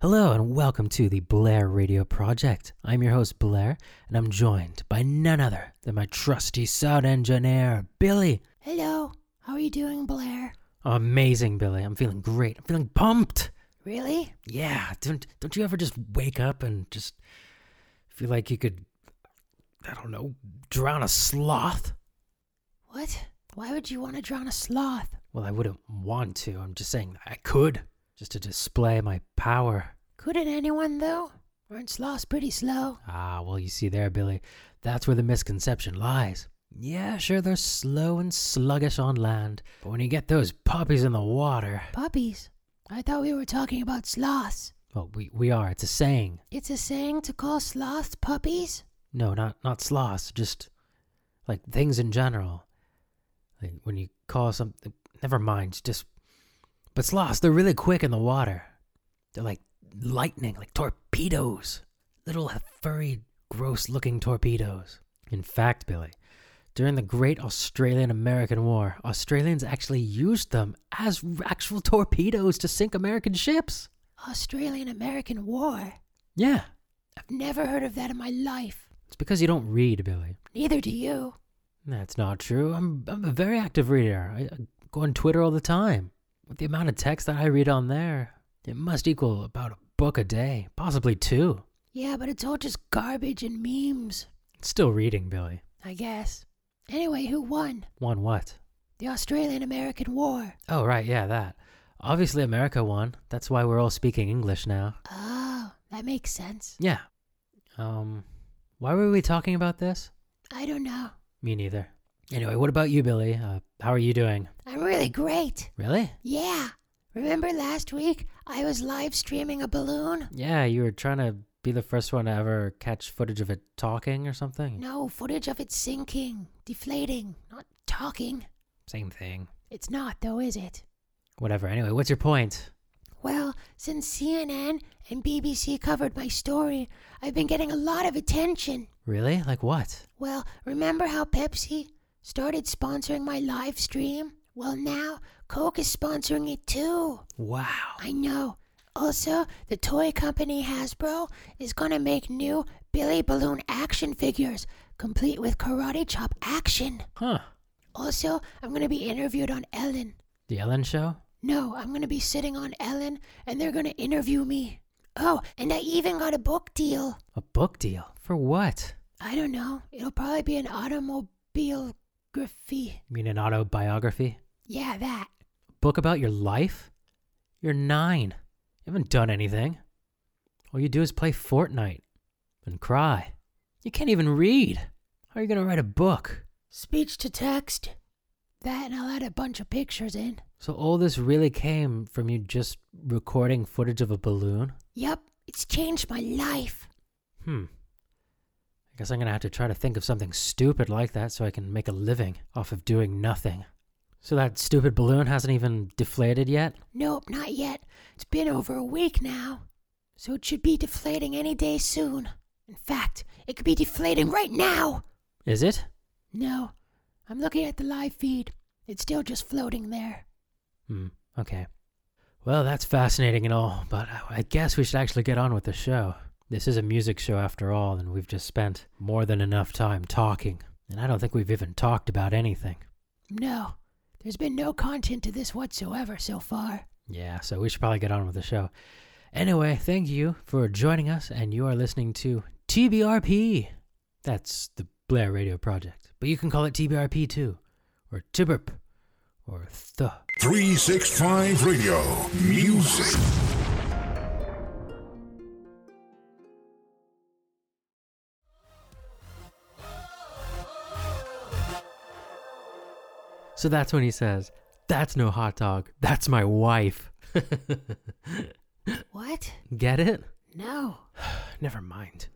Hello and welcome to the Blair Radio Project. I'm your host, Blair, and I'm joined by none other than my trusty sound engineer, Billy. Hello. How are you doing, Blair? Amazing, Billy. I'm feeling great. I'm feeling pumped. Really? Yeah. Don't, don't you ever just wake up and just feel like you could, I don't know, drown a sloth? What? Why would you want to drown a sloth? Well, I wouldn't want to. I'm just saying I could, just to display my power. Couldn't anyone, though? Aren't sloths pretty slow? Ah, well, you see there, Billy, that's where the misconception lies. Yeah, sure, they're slow and sluggish on land, but when you get those puppies in the water. Puppies. I thought we were talking about sloths. Well, we, we are, it's a saying. It's a saying to call sloths puppies? No, not, not sloths, just like things in general. Like when you call something. Never mind, just. But sloths, they're really quick in the water. They're like lightning, like torpedoes. Little furry, gross looking torpedoes. In fact, Billy, during the Great Australian American War, Australians actually used them as r- actual torpedoes to sink American ships. Australian American War. Yeah. I've never heard of that in my life. It's because you don't read, Billy. Neither do you. That's not true. I'm, I'm a very active reader. I, I go on Twitter all the time. With the amount of text that I read on there, it must equal about a book a day, possibly two. Yeah, but it's all just garbage and memes, It's still reading, Billy. I guess. Anyway, who won? Won what? The Australian American War. Oh, right, yeah, that. Obviously, America won. That's why we're all speaking English now. Oh, that makes sense. Yeah. Um, why were we talking about this? I don't know. Me neither. Anyway, what about you, Billy? Uh, how are you doing? I'm really great. Really? Yeah. Remember last week I was live streaming a balloon? Yeah, you were trying to be the first one to ever catch footage of it talking or something? No, footage of it sinking, deflating, not talking. Same thing. It's not, though, is it? Whatever. Anyway, what's your point? Well, since CNN and BBC covered my story, I've been getting a lot of attention. Really? Like what? Well, remember how Pepsi started sponsoring my live stream? Well, now Coke is sponsoring it too. Wow. I know. Also, the toy company Hasbro is going to make new Billy Balloon action figures, complete with karate chop action. Huh. Also, I'm going to be interviewed on Ellen. The Ellen Show? No, I'm going to be sitting on Ellen, and they're going to interview me. Oh, and I even got a book deal. A book deal? For what? I don't know. It'll probably be an automobiography. You mean an autobiography? Yeah, that. A book about your life? You're nine. You haven't done anything. All you do is play Fortnite and cry. You can't even read. How are you going to write a book? Speech to text. That, and I'll add a bunch of pictures in. So all this really came from you just recording footage of a balloon? Yup, it's changed my life. Hmm. I guess I'm gonna have to try to think of something stupid like that so I can make a living off of doing nothing. So that stupid balloon hasn't even deflated yet? Nope, not yet. It's been over a week now. So it should be deflating any day soon. In fact, it could be deflating right now! Is it? No, I'm looking at the live feed. It's still just floating there. Hmm. Okay. Well, that's fascinating and all, but I- I guess we should actually get on with the show. This is a music show after all, and we've just spent more than enough time talking, and I don't think we've even talked about anything. No, there's been no content to this whatsoever so far. Yeah, so we should probably get on with the show. Anyway, thank you for joining us, and you are listening to TBRP. That's the Blair Radio Project, but you can call it TBRP too, or Tiburp, or The. 365 Radio. Music. So that's when he says, "That's no hot dog. That's my wife." What? Get it? No. Never mind.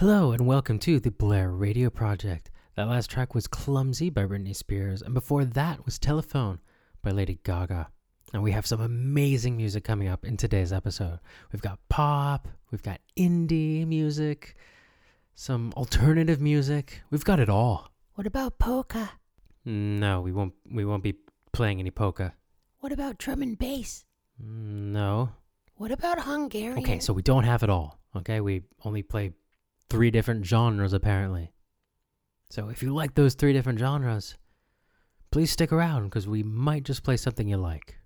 Hello and welcome to the Blair Radio Project. That last track was Clumsy by Britney Spears, and before that was Telephone by Lady Gaga. And we have some amazing music coming up in today's episode. We've got pop, we've got indie music, some alternative music. We've got it all. What about polka? No, we won't we won't be playing any polka. What about drum and bass? Mm, No. What about Hungarian? Okay, so we don't have it all. Okay, we only play three different genres apparently. So if you like those three different genres, please stick around because we might just play something you like.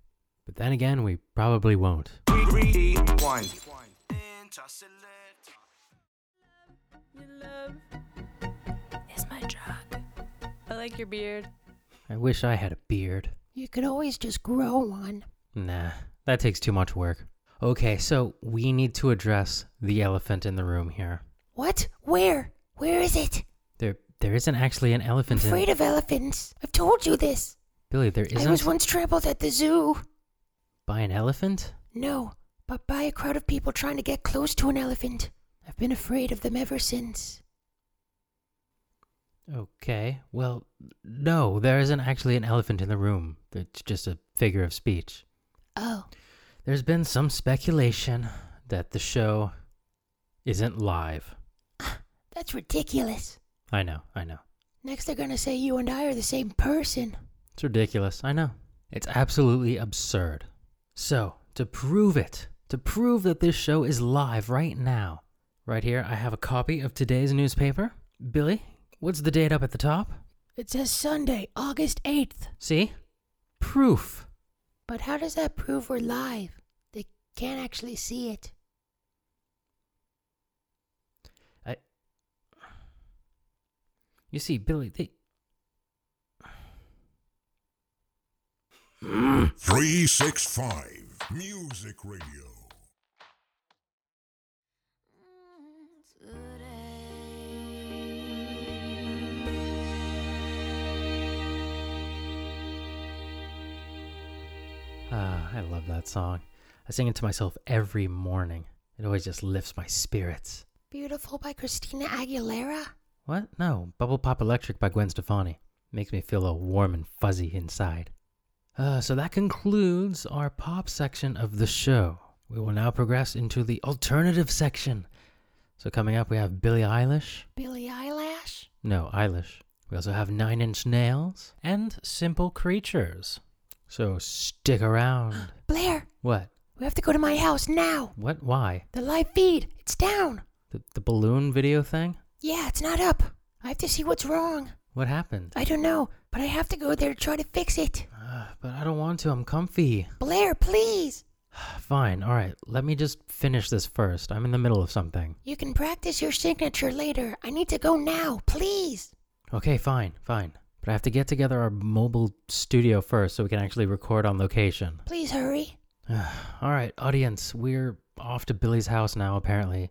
But then again, we probably won't. Your love is my drug. I like your beard. I wish I had a beard. you could always just grow one. Nah, that takes too much work. Okay, so we need to address the elephant in the room here. What? Where? Where is it? There, there isn't actually an I'm elephant in afraid of elephants. I've told you this. Billy. There I was isn't once trampled at the zoo. by an elephant. No, but by a crowd of people trying to get close to an elephant. I've been afraid of them ever since. Okay, well, no, there isn't actually an elephant in the room. It's just a figure of speech. Oh, There's been some speculation that the show isn't live. that's ridiculous. I know, I know. Next, they're gonna say you and I are the same person. It's ridiculous. I know. It's absolutely absurd. So, to prove it, to prove that this show is live right now, right here, I have a copy of today's newspaper. Billy, what's the date up at the top? It says Sunday, August 8th. See? Proof. But how does that prove we're live? They can't actually see it. I. You see, Billy, they. Three six five Music Radio. Ah, I love that song. I sing it to myself every morning. It always just lifts my spirits. Beautiful by Christina Aguilera? What? No, Bubble Pop Electric by Gwen Stefani. Makes me feel all warm and fuzzy inside. Uh, so that concludes our pop section of the show. We will now progress into the alternative section. So coming up, we have Billie Eilish. Billie Eyelash? No, Eilish. We also have Nine Inch Nails and Simple Creatures. So stick around. Blair, what? we have to go to my house now. What? Why? The live feed, it's down. The, the balloon video thing? Yeah, it's not up. I have to see what's wrong. What happened? I don't know, but I have to go there to try to fix it. Uh, but I don't want to. I'm comfy. Blair, please. Fine. All right. Let me just finish this first. I'm in the middle of something. You can practice your signature later. I need to go now, please. Okay, fine, fine. But I have to get together our mobile studio first so we can actually record on location. Please hurry. All right, audience, we're off to Billy's house now, apparently,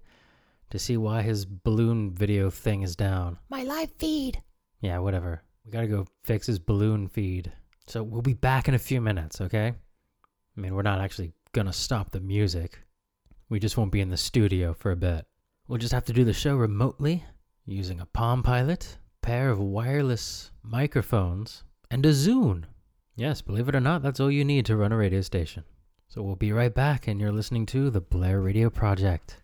to see why his balloon video thing is down. My live feed. Yeah, whatever. We gotta go fix his balloon feed. So we'll be back in a few minutes, okay? I mean, we're not actually gonna stop the music. We just won't be in the studio for a bit. We'll just have to do the show remotely using a Palm Pilot, pair of wireless microphones, and a Zune. Yes, believe it or not, that's all you need to run a radio station. So we'll be right back, and you're listening to the Blair Radio Project.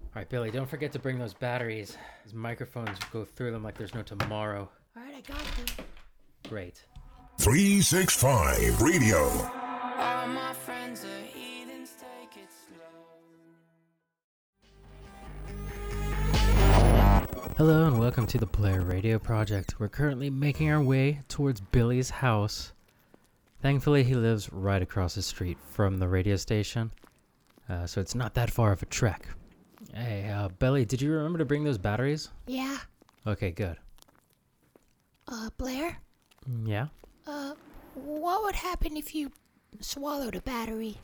All right, Billy, don't forget to bring those batteries. These microphones go through them like there's no tomorrow. All right, I got you. Great. Three six five Radio. All my friends are heathens, take it slow. Hello and welcome to the Blair Radio Project. We're currently making our way towards Billy's house. Thankfully, he lives right across the street from the radio station, uh, so it's not that far of a trek. Hey, uh, Billy, did you remember to bring those batteries? Yeah. Okay, good. Uh, Blair? Yeah? Uh, what would happen if you swallowed a battery?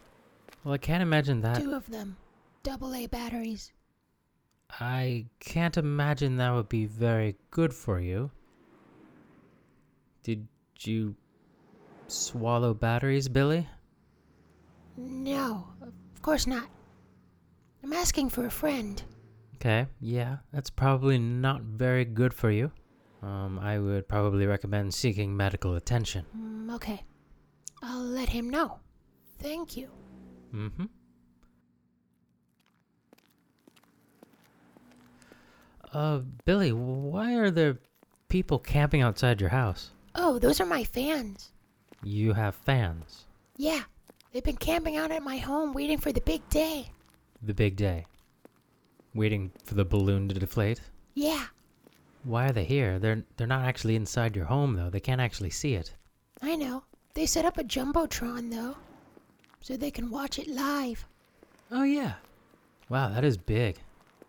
Well, I can't imagine that. Two of them. Double A batteries. I can't imagine that would be very good for you. Did you swallow batteries, Billy? No, of course not. I'm asking for a friend. Okay, yeah, that's probably not very good for you. Um, I would probably recommend seeking medical attention. Mm, okay. I'll let him know. Thank you. Mm-hmm. Uh, Billy, why are there people camping outside your house? Oh, those are my fans. You have fans. Yeah, They've been camping out at my home waiting for the big day. The big day. Waiting for the balloon to deflate. Yeah, Why are they here? They're they're not actually inside your home though. They can't actually see it. I know. They set up a Jumbotron, though, so they can watch it live. Oh yeah. Wow, that is big.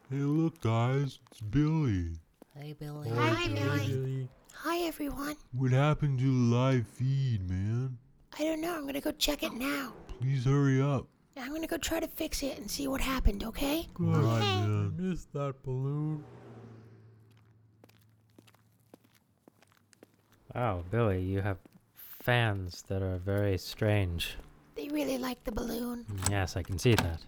Hey, look, guys, it's Billy. Hi, Billy. Hi, everyone. What happened to the live feed, man? I don't know. I'm gonna go check it now. Please hurry up. I'm gonna go try to fix it and see what happened, okay? All right, man. Miss that balloon. Wow, Billy, you have fans that are very strange. Mm, They really like the balloon. Yes, I can see that.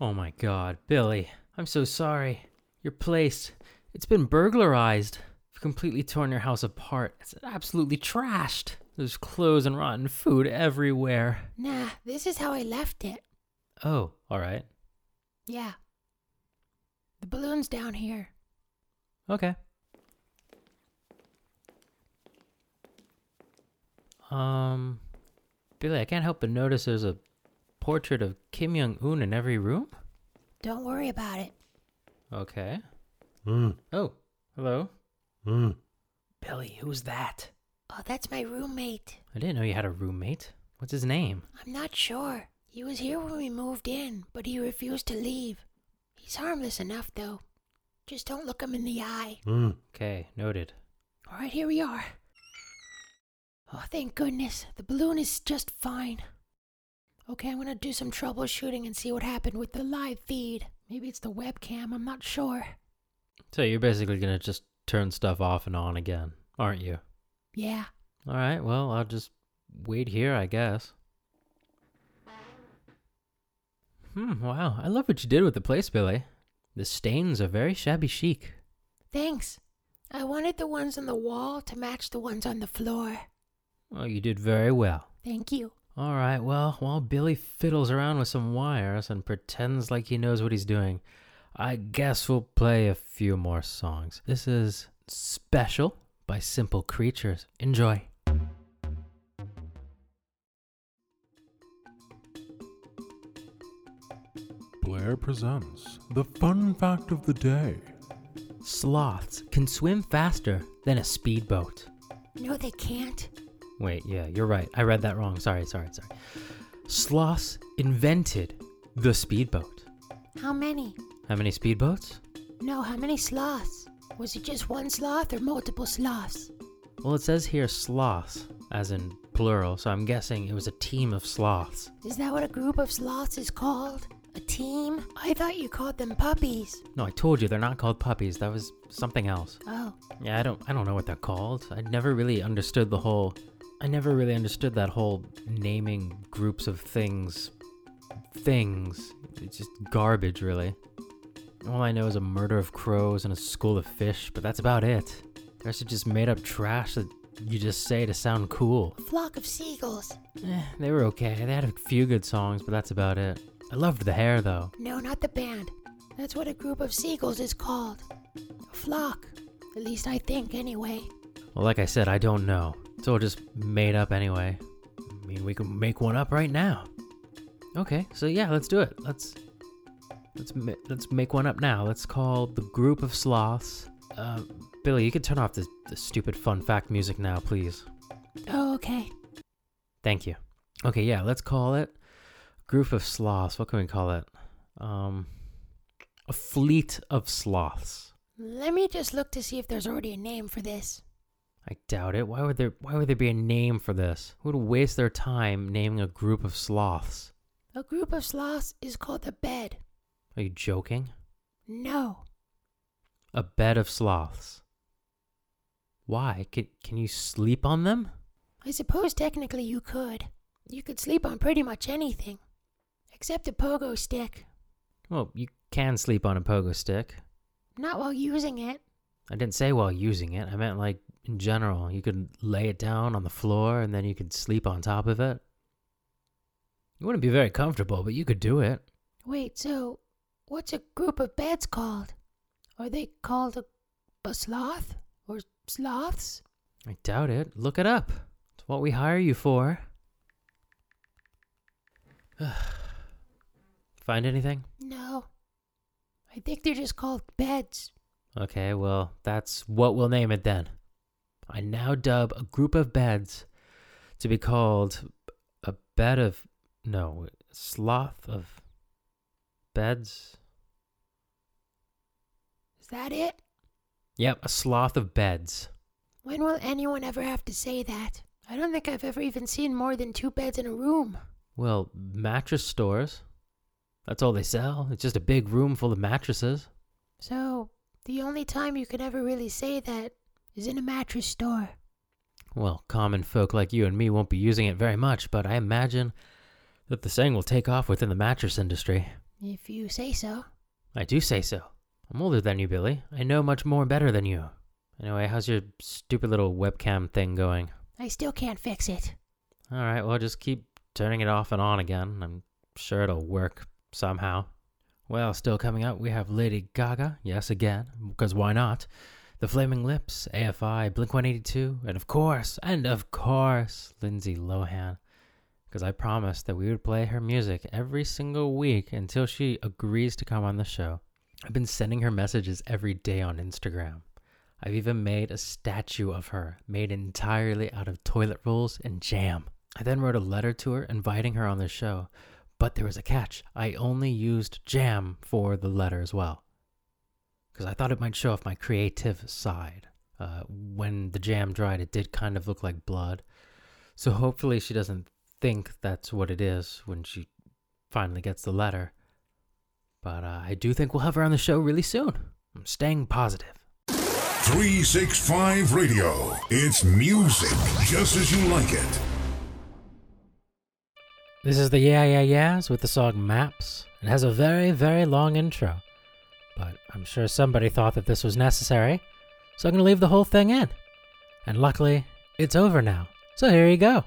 Oh my god, Billy. I'm so sorry. Your place, it's been burglarized. You've completely torn your house apart. It's absolutely trashed. There's clothes and rotten food everywhere. Nah, this is how I left it. Oh, alright. Yeah. The balloon's down here. Okay. Um, Billy, I can't help but notice there's a portrait of Kim Jong Un in every room. Don't worry about it. Okay. Uh, Oh, hello, uh. Billy. Who's that? Oh, that's my roommate. I didn't know you had a roommate. What's his name? I'm not sure. He was here when we moved in, but he refused to leave. He's harmless enough, though. Just don't look him in the eye. Okay, noted. All right, here we are. Oh, thank goodness. The balloon is just fine. Okay, I'm gonna do some troubleshooting and see what happened with the live feed. Maybe it's the webcam, I'm not sure. So you're basically gonna just turn stuff off and on again, aren't you? Yeah. All right. Well, I'll just wait here, I guess. Hmm. Wow. I love what you did with the place, Billy. The stains are very shabby chic. Thanks. I wanted the ones on the wall to match the ones on the floor. Well, you did very well. Thank you. All right. Well, while Billy fiddles around with some wires and pretends like he knows what he's doing, I guess we'll play a few more songs. This is Special by Simple Creatures. Enjoy. Blair presents the fun fact of the day. Sloths can swim faster than a speedboat. No, they can't. Wait, yeah, you're right. I read that wrong. Sorry, sorry, sorry. Sloths invented the speedboat. How many? How many speedboats? No, how many sloths? Was it just one sloth or multiple sloths? Well, it says here sloths, as in plural, so I'm guessing it was a team of sloths. Is that what a group of sloths is called? A team? I thought you called them puppies. No, I told you they're not called puppies. That was something else. Oh, Yeah, I don't I don't know what they're called. I never really understood the whole I never really understood that whole naming groups of things things. It's just garbage really. All I know is a murder of crows and a school of fish, but that's about it. The rest is just made up trash that you just say to sound cool. a flock of seagulls. Eh, they were okay. They had a few good songs, but that's about it. I loved the hair though. No, not the band. That's what a group of seagulls is called. A flock. At least I think, anyway. Well, like I said, I don't know. It's all just made up anyway. I mean, we can make one up right now. Okay, so yeah, let's do it. Let's let's ma- let's make one up now. Let's call the group of sloths. Uh, Billy, you could turn off the, the stupid fun fact music now, please. Oh, okay. Thank you. Okay, yeah, let's call it group of sloths. What can we call it? Um, a fleet of sloths. Let me just look to see if there's already a name for this. I doubt it. Why would there why would there be a name for this? Who would waste their time naming a group of sloths? A group of sloths is called a bed. Are you joking? No. A bed of sloths. Why? Can can you sleep on them? I suppose technically you could. You could sleep on pretty much anything. Except a pogo stick. Well, you can sleep on a pogo stick. Not while using it. I didn't say while using it. I meant like in general. You could lay it down on the floor and then you could sleep on top of it. You wouldn't be very comfortable, but you could do it. Wait, so what's a group of beds called? Are they called a, a sloth? Or sloths? I doubt it. Look it up. It's what we hire you for. Find anything? No. I think they're just called beds. Okay, well, that's what we'll name it then. I now dub a group of beds to be called a bed of. No, sloth of. Beds? Is that it? Yep, a sloth of beds. When will anyone ever have to say that? I don't think I've ever even seen more than two beds in a room. Well, mattress stores. That's all they sell. It's just a big room full of mattresses. So, the only time you can ever really say that is in a mattress store. Well, common folk like you and me won't be using it very much, but I imagine that the saying will take off within the mattress industry. If you say so. I do say so. I'm older than you, Billy. I know much more better than you. Anyway, how's your stupid little webcam thing going? I still can't fix it. All right, well, just keep turning it off and on again. I'm sure it'll work somehow. Well, still coming up, we have Lady Gaga, yes, again, because why not? The Flaming Lips, AFI, Blink 182, and of course, and of course, Lindsay Lohan. Because I promised that we would play her music every single week until she agrees to come on the show. I've been sending her messages every day on Instagram. I've even made a statue of her, made entirely out of toilet rolls and jam. I then wrote a letter to her inviting her on the show, but there was a catch. I only used jam for the letter as well, because I thought it might show off my creative side. Uh, when the jam dried, it did kind of look like blood. So hopefully she doesn't think that's what it is when she finally gets the letter. But uh, I do think we'll have her on the show really soon. I'm staying positive. 365 Radio. It's music just as you like it. This is the Yeah Yeah Yeahs with the song Maps. It has a very, very long intro, but I'm sure somebody thought that this was necessary, so I'm going to leave the whole thing in. And luckily, it's over now. So here you go.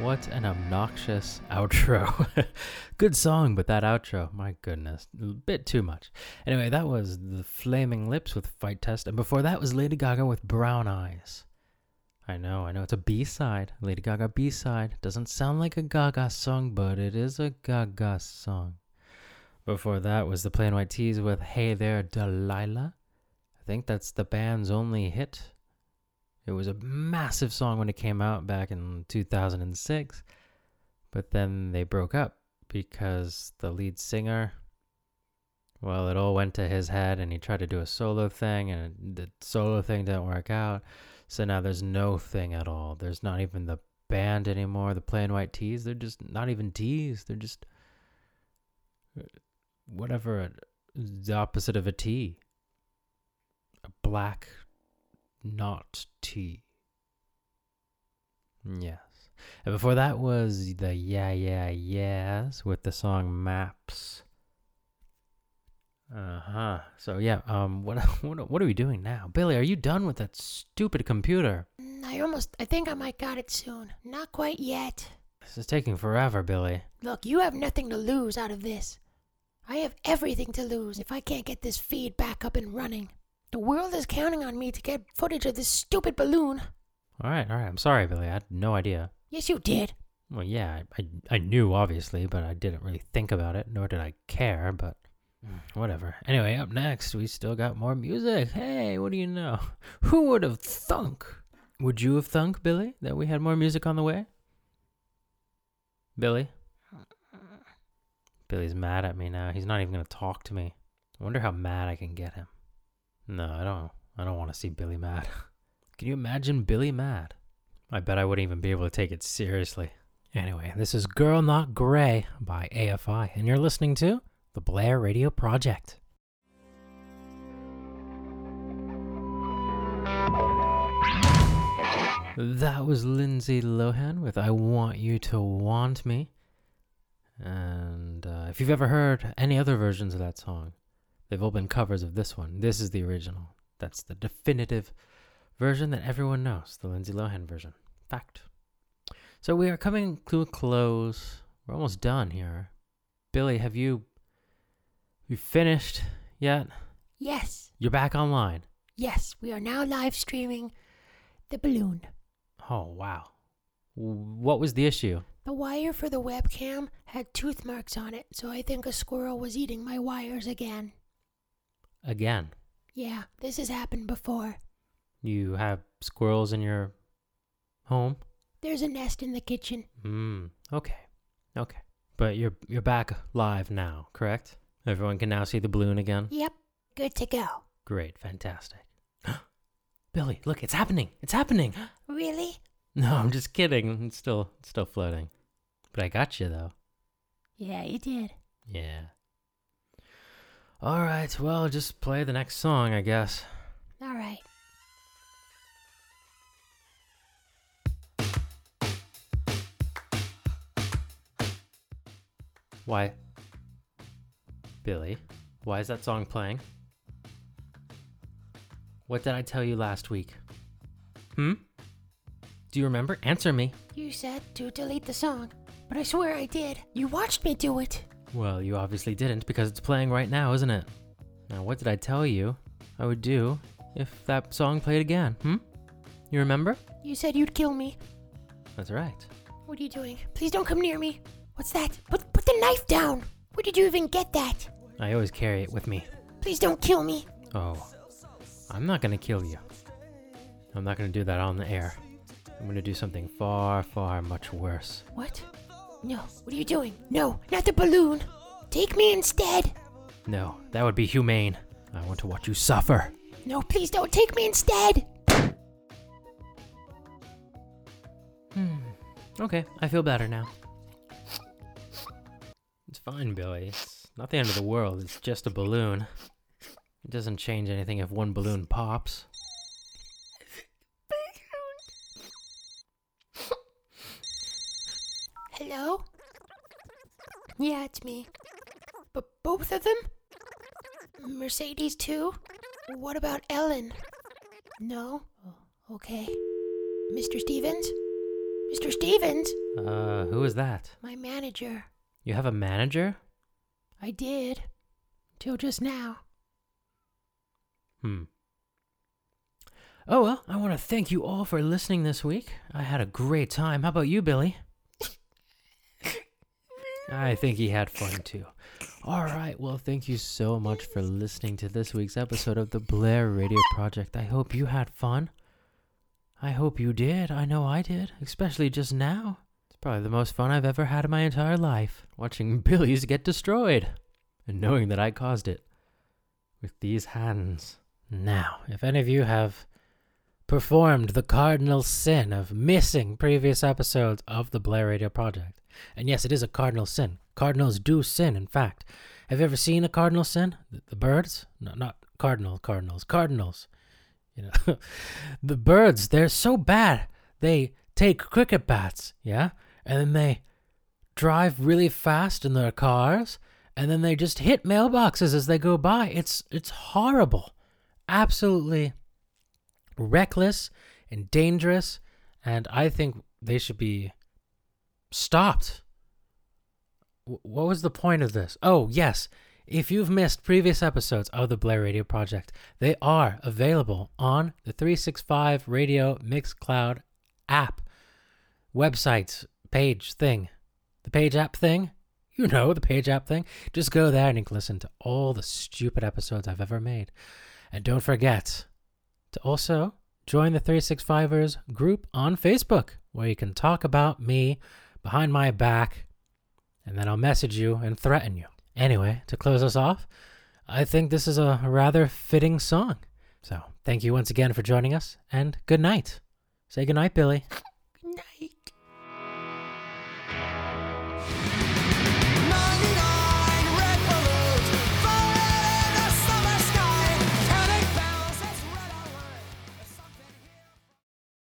What an obnoxious outro. Good song, but that outro, my goodness, a bit too much. Anyway, that was The Flaming Lips with Fight Test, and before that was Lady Gaga with Brown Eyes. I know, I know, it's a B side. Lady Gaga B side. Doesn't sound like a Gaga song, but it is a Gaga song. Before that was The Plain White Tees with Hey There Delilah. I think that's the band's only hit. It was a massive song when it came out back in 2006, but then they broke up because the lead singer, well, it all went to his head and he tried to do a solo thing and the solo thing didn't work out. So now there's no thing at all. There's not even the band anymore, the plain white tees. They're just not even tees. They're just uh, whatever uh, the opposite of a tee. A black not tea. Yes. And before that was the Yeah Yeah Yeahs with the song Maps. Uh huh. So yeah. Um. What what are- what are we doing now, Billy? Are you done with that stupid computer? Mm, I almost, I think I might got it soon. Not quite yet. This is taking forever, Billy. Look, you have nothing to lose out of this. I have everything to lose if I can't get this feed back up and running. The world is counting on me to get footage of this stupid balloon. All right. All right. I'm sorry, Billy. I had no idea. Yes, you did. Well, yeah. I I, I knew obviously, but I didn't really think about it, nor did I care. But mm, whatever. Anyway, up next we still got more music. Hey, what do you know? Who would have thunk? Would you have thunk, Billy, that we had more music on the way? Billy? Billy's mad at me now. He's not even going to talk to me. I wonder how mad I can get him. No, I don't. I don't want to see Billy mad. can you imagine Billy mad? I bet I wouldn't even be able to take it seriously. Anyway, this is Girl Not Grey by AFI, and you're listening to The Blair Radio Project. That was Lindsay Lohan with I Want You to Want Me. And uh, if you've ever heard any other versions of that song, they've all been covers of this one. This is the original. That's the definitive version that everyone knows, the Lindsay Lohan version. Fact. So we are coming to a close. We're almost done here. Billy, have you you finished yet? Yes, You're back online. yes, we are now live streaming the balloon. Oh wow. What was the issue? The wire for the webcam had tooth marks on it, so I think a squirrel was eating my wires again. Again, Yeah, this has happened before. you have squirrels in your home. There's a nest in the kitchen. Hmm. Okay. Okay. But you're you're back live now, correct? Everyone can now see the balloon again. Yep, good to go. Great. Fantastic. Billy, look, it's happening. It's happening. Really? No, I'm just kidding. It's still it's still floating. But I got you though. Yeah, you did. Yeah. All right. Well, just play the next song, I guess. All right. Why? Billy, why is that song playing? What did I tell you last week? Hmm? Do you remember? Answer me. You said to delete the song, but I swear I did. You watched me do it. Well, you obviously didn't because it's playing right now, isn't it? Now, what did I tell you I would do if that song played again? Hmm? You remember? You said you'd kill me. That's right. What are you doing? Please don't come near me. What's that? Put put the knife down. Where did you even get that? I always carry it with me. Please don't kill me. Oh, I'm not gonna kill you. I'm not gonna do that on the air. I'm gonna do something far, far much worse. What? No. What are you doing? No, not the balloon. Take me instead. No, that would be humane. I want to watch you suffer. No, please don't take me instead. Okay, I feel better now. It's fine, Billy. It's not the end of the world. It's just a balloon. It doesn't change anything if one balloon pops. Hello? Yeah, it's me. But both of them? Mercedes, too? What about Ellen? No? Oh, okay. Mr. Stevens? Mr. Stevens? Uh, who is that? My manager. You have a manager? I did. Till just now. Hmm. Oh well, I want to thank you all for listening this week. I had a great time. How about you, Billy? I think he had fun too. All right, well, thank you so much for listening to this week's episode of the Blair Radio Project. I hope you had fun. I hope you did. I know I did, especially just now. It's probably the most fun I've ever had in my entire life, watching Billy's get destroyed and knowing that I caused it with these hands. Now, if any of you have performed the cardinal sin of missing previous episodes of the Blair Radio Project, and yes, it is a cardinal sin. Cardinals do sin, in fact. Have you ever seen a cardinal sin? The, the birds? No, not cardinal, cardinals, cardinals. You know, the birds, they're so bad. They take cricket bats, yeah? And then they drive really fast in their cars and then they just hit mailboxes as they go by. It's it's horrible. Absolutely reckless and dangerous and I think they should be stopped. Wh- What was the point of this? Oh, yes. If you've missed previous episodes of the Blair Radio Project, they are available on the 365 Radio Mixcloud app, website, page thing, the page app thing. You know, the page app thing. Just go there and you can listen to all the stupid episodes I've ever made. And don't forget to also join the 365ers group on Facebook, where you can talk about me behind my back, and then I'll message you and threaten you. Anyway, to close us off, I think this is a rather fitting song. So thank you once again for joining us, and good night. Say good night, Billy.